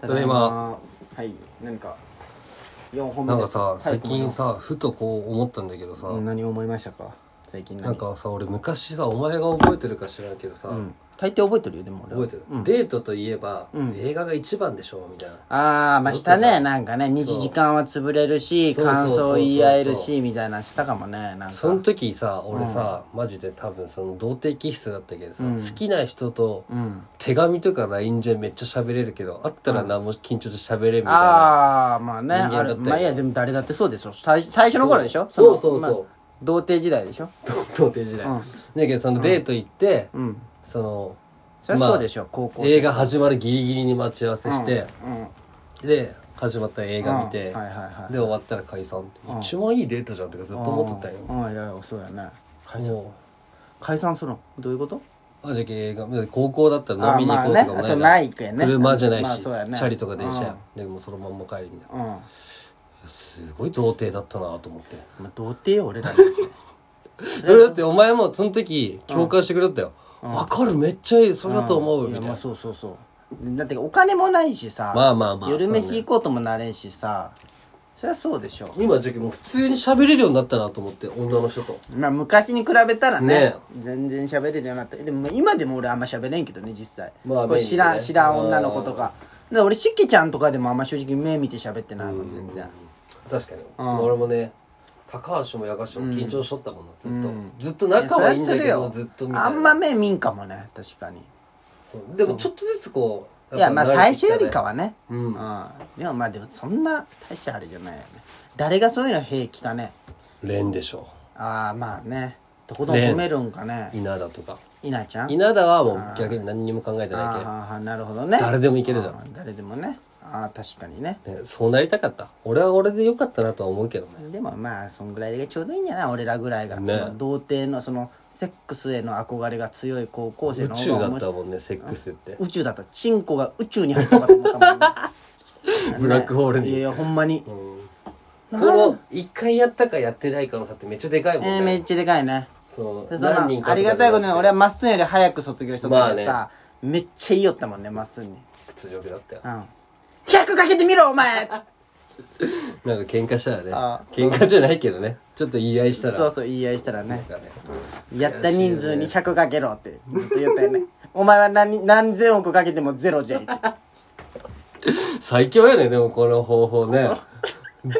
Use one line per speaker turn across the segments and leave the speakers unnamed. ただいま
はい何か4本目
なん
で
かさ
はい
最近
こ
さふとこう思ったんだけどさ
こに何思いましたか最近何
なんかさ俺昔さお前が覚えてるか知らんけどさ
うん大抵覚えてるよでも俺は
覚えてる
うん
デートといえば
うん
映画が一番でしょみたいな
ああまあした
覚え
ね
てる
なんかね2
そう
時間は潰れるし
そうそうそう
感
そう
想言い合えるしみたいなしたかもねなんか
その時さ俺さマジで多分その童貞気質だったけどさ
うん
好きな人と
うん
手紙とか LINE じゃめっちゃ喋れるけど会ったら何も緊張して喋れみたいな
ああまあね
人間だ
あ
った
る
よね
まあいやでも誰だってそうでしょ最最初の頃でしょ
そう
の
そうそうそう
まあ童貞時代でしょ
童貞時代
うん
だけどそのデート行って
うん
その
そりゃそうでしょ高校生
映画始まるギリギリに待ち合わせして
うん
で始まったら映画見て、
うんはいはいはい
で終わったら解散って、一番いいデートじゃんってかずっと思ってたよ、
うんうんいやいやそうやね解散
も
解散するのどういうこと
うあじゃあ映画高校だったら飲みに行こうとかもないじゃ
あまあねそう
ん、
ないけんね
車じゃない
まあ
し、
そうやね
チャリとか電車や、でもうそのまんま帰りみたいな
うんま
すごい童貞だったなと思って
あ童貞よ俺らなんて
それだってお前もその時共感してくれたよわ、かるめっちゃいいそれだと 思う、
いや
みたい
ま
な
あそうそうそうだってお金もないしさ
まあまあまあ
夜
そう
飯
ね
行こうともなれんしさそりゃそうでしょ
今じゃあもう普通に喋れるようになったなと思って女の人と
まあ昔に比べたらね
ね
全然喋れるようになったでも今でも俺あんま喋れんけどね実際、
まあ
これ知らん、
メインでね
知らん女の子とかだから俺しきちゃんとかでもあんま正直目見て喋ってないもん全然
確かに、俺もね高橋も矢頭も緊張しとったもんな、ずっと、ずっと仲はいいんだけ
そ
ど
り
ず
ゃす
っと
る
見
よ
たい
あんま目見んかもね確かに
そうでもちょっとずつこう
いやまあ最初よりか
は
はね
う
うんんでもまあでもそんな大したあれじゃないよね誰がそういうの平気かね
蓮でしょ
ああまあねどこでも褒めるんかね
稲田とか
稲ちゃん
稲田はもう逆に何にも考えて
あー
な
はーはーなるほどね
誰でもいけるじゃん
あー誰でもねああ確かにね
いけど、ね、そうなりたかった俺は俺でよかったなとは思うけどね
でもまあそんぐらいがちょうどいいんじゃない俺らぐらいが、そ
ね
の童貞のそのセックスへの憧れが強い高校生
宇
の
宙
方が面白
だった
い
もんねセックスって
宇宙だったチンコが宇宙に入ったかと思ったもんね
ブラックホールに
いやいやほんまに、
この一回やったかやってないかの差ってめっちゃでかいもんね、
えーめっちゃでかいね
そ
で
の
その
何人か
ありがたいことに俺は
は
まっすんより早く卒業しとったからさ、
まあ
めっちゃ言いよったもんねまっすんに「
屈辱だったよ
うん、100かけてみろお前!
なんか喧嘩したらね
あ
喧嘩じゃないけどねちょっと言い合いし」たら
そうそう言い合いしたらね
なんかね
やった人数に100かけろってずっと言ったよね お前は何何千億かけてもゼロじ ゃいって
最強やねでもこの方法ね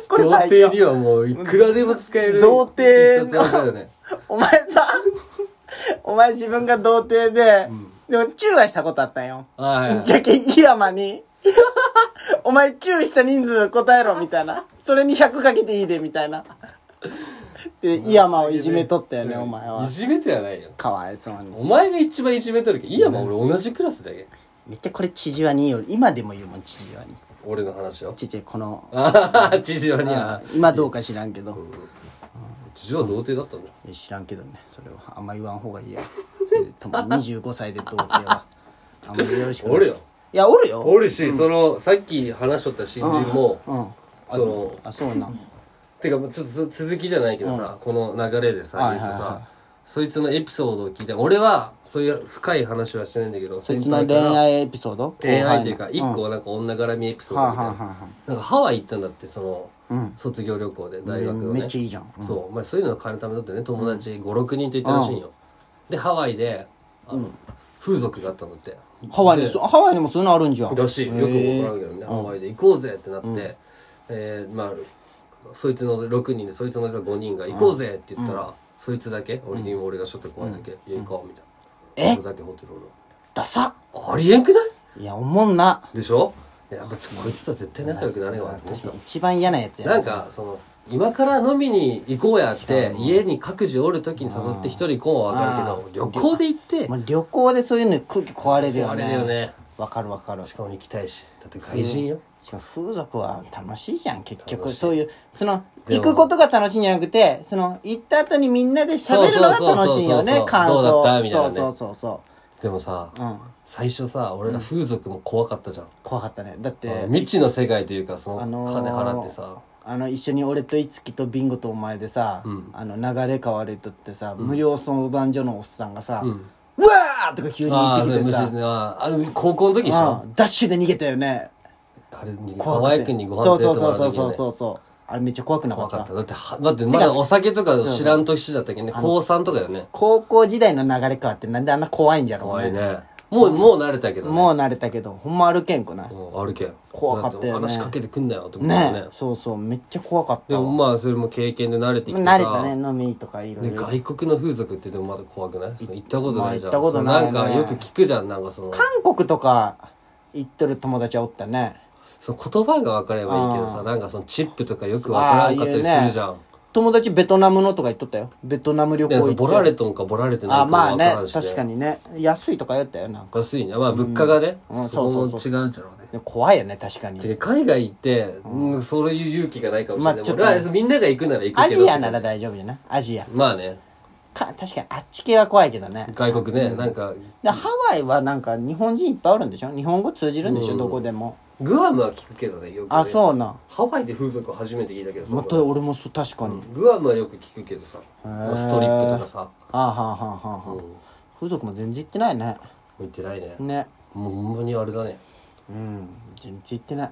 これ
童
最強
貞にはもういくらでも使える
童貞の
一冊だよね
お前さお前自分が童貞で、でもチューはしたことあったんよ
はいはい
じゃけん井山に お前チューした人数答えろみたいなそれに100かけていいでみたいなで井山をいじめとったよねお前はい
じめてはないよ
かわいそうに
お前が一番いじめとるけどいやまあ俺同じクラスじゃけん
めっちゃこれ千々和にいいよ今でも言うもん千々和に
俺の 話を
ちっちゃいこの
ああ知事はには
今どうか知らんけど、
知事は童貞だったんだ
いや知らんけどねそれはあんま言わん方がいいやそれとも25歳 で童貞はあんまよろしくない
おるよ
いやおるよ
おるしそのさっき話しとった新人も
うん
その
あそうなん
てかもうちょっとそ続きじゃないけどさ、この流れでさ
は
言
いうはい
と
はい
さそいつのエピソードを聞いて俺はそういう深い話はしてないんだけど
そいつ
先
の
輩か
恋
ら
愛エピソード
恋愛っていうか
後
一個はなんか女絡みエピソード
輩のはあは
みたい
あ
な
はあは
なんかハワイ行ったんだってその、
ん
卒業旅行で大学の
あ
ね
めっちゃいいじゃん
そう、まあ、そういうの金貯めとってね友達56人と行ったらしいんよ、でハワイであの、風俗があったんだって
ハワイに
で
そハワイにもそういうのあるんじゃん
らしいよく分からんけどね、ハワイで行こうぜってなって、えーまあそいつの6人でそいつの5人が行こうぜって言ったら、そいつだけ俺にも俺がちょっと怖いだけ、いや行こうみたいな、
え
それだけホテル俺
ダサ
ありえんくない
いやおもんな
でしょやっぱこいつとは絶対仲良くなれんわって思っ
確
た
かに一番嫌なやつや
なんかその今から飲みに行こうやって家に各自おる時に誘って一人行こうは分かるけど旅行で行って
もう旅行でそういうの空気壊れるよ
あ
ね
れだよね
わかるわかる
しかも行きたいしだって外人よ
しかも風俗は楽しいじゃん結局そういうその行くことが楽しいんじゃなくてその行った後にみんなで喋るのが楽しいよね
そうそうそうそう
感想
どうだったみたいなね
そうそうそうそ
でもさ
ううん
最初さ俺ら風俗も怖かったじゃん
怖かったねだって
未知の世界というかそ
あ
の
のー
金払ってさ
あの一緒に俺と樹とビンゴとお前でさ、あの流れ変わるとってさ、無料相談所のおっさんがさ「うわー!」とか急に言
あ
っ
あ
てきて
虫
さ
ああの高校の時でしょ
うんダッシュで逃げたよね
あれに
怖く
河
て
合君にご飯
そう
連
そ
れ
う
ても
そう
らう
そうそう
時にね
そうそうあれめっちゃ怖くなか
怖
った
かっただってはだってまだお酒とか知らん年だったけんね高3とかよね
高校時代の流れ変わってなんであんな怖いんじゃろう
怖い
ね
ねもうもう慣れたけどね
もう慣れたけどほんま歩けんくない
もう歩けん
怖かったよね
だて話しかけてくんなよと思っ
ね
てね
そうそうめっちゃ怖かっ
で
た
も
わ
まあそれも経験で慣れてきてさ
慣れたね飲みとかいろい
ね
ろ
外国の風俗ってでもまだ怖くないその行ったことないじゃん、
まあ行ったことないね
そのんかよく聞くじゃんなんかその
韓国とか行っとる友達はおったね
その言葉が分かればいいけどさなんかそのチップとかよく分からんかったりするじ
ああいうね
ゃん、
友達ベトナムのとか行っとったよベトナム旅行
ね
行っ
そ
て
のボラれとんかボラれてない
あ
かも
まあ
分か
ね
らんし、ね、
確かにね安いとか言ったよなんか
安いねまあ物価がね、
うんうん
そこも
そう
違うんじゃろうね
でも怖いよね確かに
で海外行って、うん、そういう勇気がないかもしれな
ま
い、
あ
ま
ちょっと
俺はみんなが行くなら行く
ア
けど
ジアなら大丈夫じゃないアジア
まあね
か確かにあっち系は怖いけどね
外国ね、なんか
でハワイはなんか日本人いっぱいおるんでしょ日本語通じるんでしょ、どこでも
グアムは聞くけどねよくね
あそうな
ハワイで風俗初めて聞いたけどさ
また俺もそう確かに、
グアムはよく聞くけどさストリップとかさ
あはあはあはあはあ、風俗も全然行ってないね
向いてないね
ね
もうほんまにあれだね
うん全然行ってない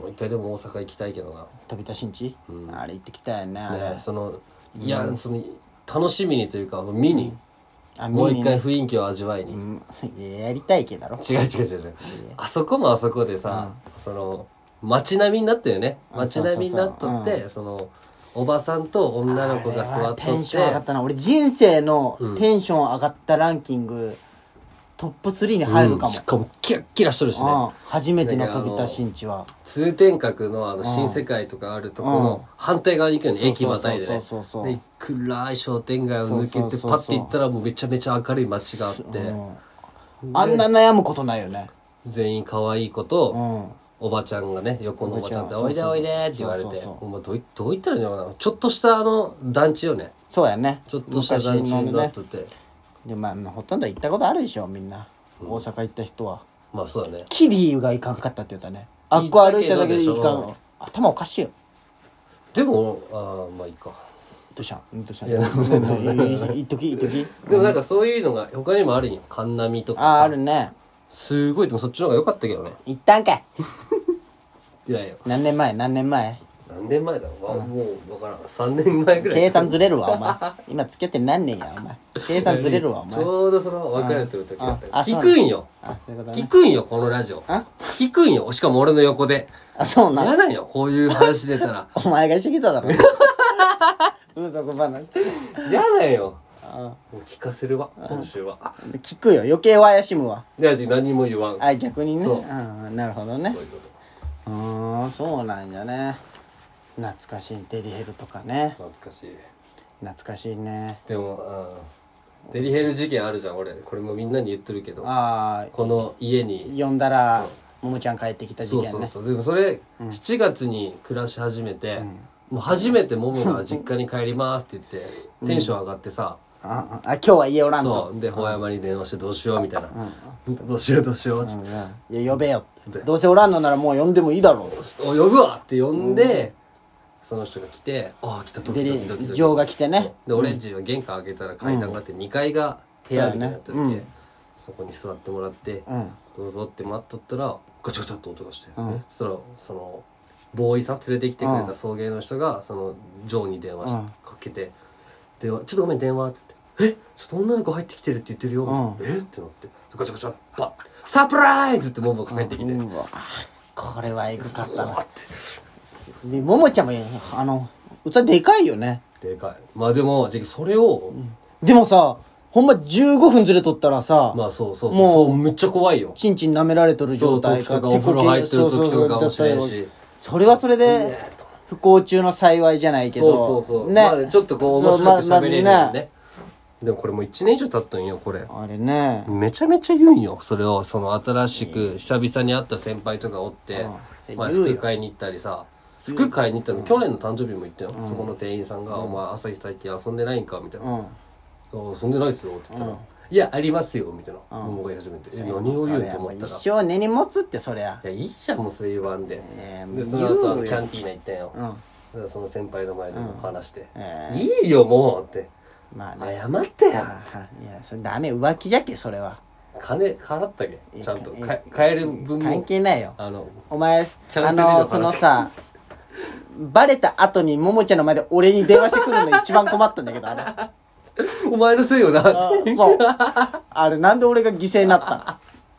もう一回でも大阪行きたいけどな
飛び出しんち、あれ行ってきたよねあれ
ねそのいや、その楽しみにというか見に、
あ
もう
見
一
に
回雰囲気を味わいに、
うんいややりたいけだろ
違う違う違う違うあそこもあそこでさ、その街並みになったよね街並みになっとってそのおばさんと女の子が座っ
あれは
と
テン
っ
ション上がってたな俺人生のテンション上がったランキング、トップ3に入るかも、
しかもキラッキラしとるしね、
うん初めての飛び出しんちは
通天閣のあの新世界とかあるとこの反対側に行くよね、
うん
駅またいでね
そうそうそうそう
で暗い商店街を
そう
抜け
そう
て
そ
パ
うそう
ッて行ったらもうめちゃめちゃ明るい街があって
あんな悩むことないよね
全員可愛い子と、
うん
おばちゃんがね横のおばちゃんで「
おばちゃん
おいでおいで」って言われ
そ
て
うそうそう
お前どういどう言ったらいいのかなちょっとしたあの団地よね
そうやね
ちょっとした団
昔
地
の
になっ
ね
とって、
でまあほとんど行ったことあるでしょみんな、大阪行った人は
まあそうだね
キリがいかんかったって言ったねあっこ歩いただけでい
行っ
か
たけどで
ん頭おかしいよ
でもああまあいいか
どうしたんどうしたん
いや
いいいいっときいいっとき
でもなんかそういうのが他にもあるんよ神波とか
あああるね
すごいでもそっちの方が良かったけどね
行ったんかい
いやいや
何年前何年前
何年前だろう、わもう分からん3年前ぐらい
計算ずれるわお前今つけて何年やお前計算ずれるわお
ち
前
ょうどその別れてる時だった
ああ
聞くんよ
あそういうこと
聞
ね
くんよこのラジオ
あ
聞くんよしかも俺の横で
あそうな
嫌なんよこういう話出たら
お前がしてきただろ風俗話
嫌なんよ
あ
もう聞かせるわ今週は
聞くよ余計怪しむわ
いや何も言わん
あ逆にね
そう
うんなるほどね
そういうこと
うーんそうなんじゃね懐かしいデリヘルとかね
懐かしい
懐かしいね
でもうんデリヘル事件あるじゃん俺これもみんなに言ってるけど
ああ
この家に
呼んだらももちゃん帰ってきた事
そう
件
そう
ね
そうでもそれ7月に暮らし始めてもう初めてももが実家に帰りますって言ってテンション上がってさ
あああ今日は家おらんと
そうでほ山に電話してどうしようみたいなどうしようどうしようっつって
いや呼べよってどうせおらんのならもう呼んでもいいだろう
お呼ぶわって呼んでその人が来てああ来たドキ
デ
ド
リ
キドキドキ
情が来てね
で俺んちは玄関開けたら階段があって2階が部屋みたいになっててそこに座ってもらって
うん
どうぞって待っとったらガチャガチャって音がしてそしたらそのボーイさん連れてきてくれた送迎の人がそのジョーに電話し
うん
かけて「電話ちょっとごめん電話」っつって「えちょっと女の子入ってきてるって言ってるよ」みたいなえってなってガチャガチャバッサプライズ!」ってモモが帰ってきて「
うわこれはエグかった
あ
な
って。
でももちゃんもあの歌でかいよね
でかいまあでもじゃあそれを、
でもさほんま15分ずれとったらさ、
まあそうそうそう
もう
そうむっちゃ怖いよ
ちんちん舐められとる状態
そう時とかお風呂入ってる時とかかもしれんし
そうそうそうそれはそれで不幸中の幸いじゃないけ
そう
ど
そうそう、まあね、ちょっとこう面白く喋れるよね,、
まあまあ
ねでもこれもう1年以上経ったんよこれ
あれね
めちゃめちゃ言うんよそれをその新しく久々に会った先輩とかおって、
うん
まあ、
言うよ
服買いに行ったりさ服買いに行ったの去年の誕生日も行ったよ、そこの店員さんが「お前朝日最近遊んでないんか?」みたいな「
うん
あ遊んでないっすよ」って言ったら「いやありますよ」みたいな思い始めて「え何を言う?」と思ったら
一生根に持つってそりゃ
いやいいじゃんもうそういう番で、
えー
でそ
言
の
うよ
後はキャンティーナ行ったよ、
うん
だからその先輩の前でも話して「
え
いいよもう」って
まあ
「
ね
謝って
あ
や
はいいやそれダメ浮気じゃけそれは
金払ったけちゃんと
いや
か買える分
関
も
係ないよ
あの
お前
キャラ
あ
セル料
の
払って
そのさバレた後にももちゃんの前で俺に電話してくるの一番困ったんだけどあれ
お前のせいよなって
あそうあれなんで俺が犠牲になったの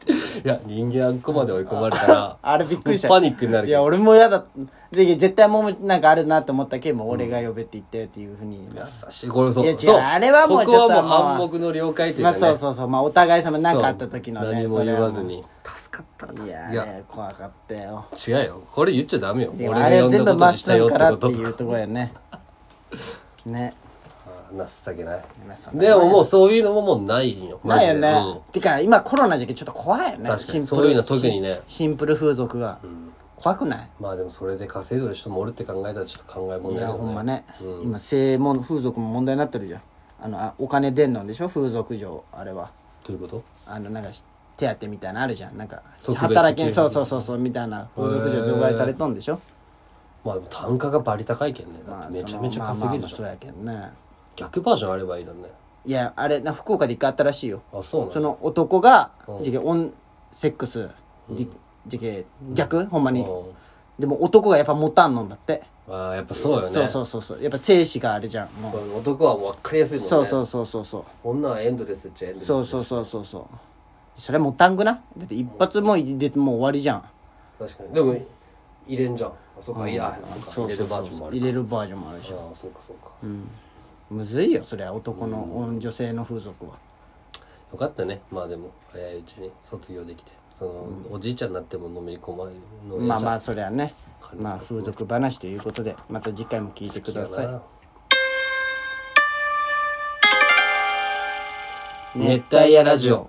いや人間あんこまで追い込まれたら
あれびっくりした
パニックになる
い
けど
や俺も嫌だで絶対ももなんかあるなって思ったけどもう俺が呼べって言ったよっていうふうに、
優しいこれそう
いや違う
そう
あれはもう
こ
ちょっ
ことはもう
まあ
暗黙の了解という
ま
か
あ
ね
そうそうそうまあお互い様何
そう
かあった時のね
何も
それ
言
は
わずに
助かったいや
いや
あれ怖かったよ
違うよこれ言っちゃダメよ
で
俺
もあれ
が
は
呼
全
んだ
部
こと
マッ
にし
シ
た
ュ
よ
ン
って
から
こ
って
と
い
と
う
か
とこやねね
あー情けない
まあそんな
でももうそういうのももうないんよマ
な
ジ
い
で
よね、
うん
てか今コロナじゃけちょっと怖いよね
確かに
シンプル
そういうの特にね
シンプル風俗が、怖くない
まあでもそれで稼いでる人もおるって考えたらちょっと考えもん
い
だ
や
よ
ほ
ね
んまね、今正門風俗も問題になってるじゃんあのあお金出んのんでしょ風俗嬢あれは
どういうこと
あのなんかし手当みたいなのあるじゃんなんか
特別
働けん
給
そ
付
うそうそうそうみたいな風俗嬢除外されとんでしょ、
まあでも単価がバリ高いけんねだってめちゃめちゃ稼げる
まあま
じゃん、
あまあそうやけんね
逆バージョンあればいいのにね
いやあれな福岡で一回あったらしいよ
あそうな
そ
の
の男が、じゃけオンセックス、じじゃけ逆ほんまに、
うん
でも男がやっぱ持たんのんだって
ああやっぱそうよね
そうそうそうそうやっぱ精子があれじゃんもう
そう男はもう分かりやすいもんね
そうそうそうそうそう
女はエンドレスっちゃエンドレス
そうそうそうそうそうそれもったんくなだって一発も入れてもう終わりじゃん
確かにでも入れんじゃんあそうかいやそうか
そう
入れ
そう
る
そ
バ
う
ージョンもある
入れるバージョンもあるでしょ
ああそうかそうか、
むずいよそりゃ男の、女性の風俗は
よかったねまあでも早いうちに卒業できてその、おじいちゃんになってものめり込まないの
まあまあそりゃねまあ風俗話ということでまた次回も聞いてください
熱帯夜ラジオ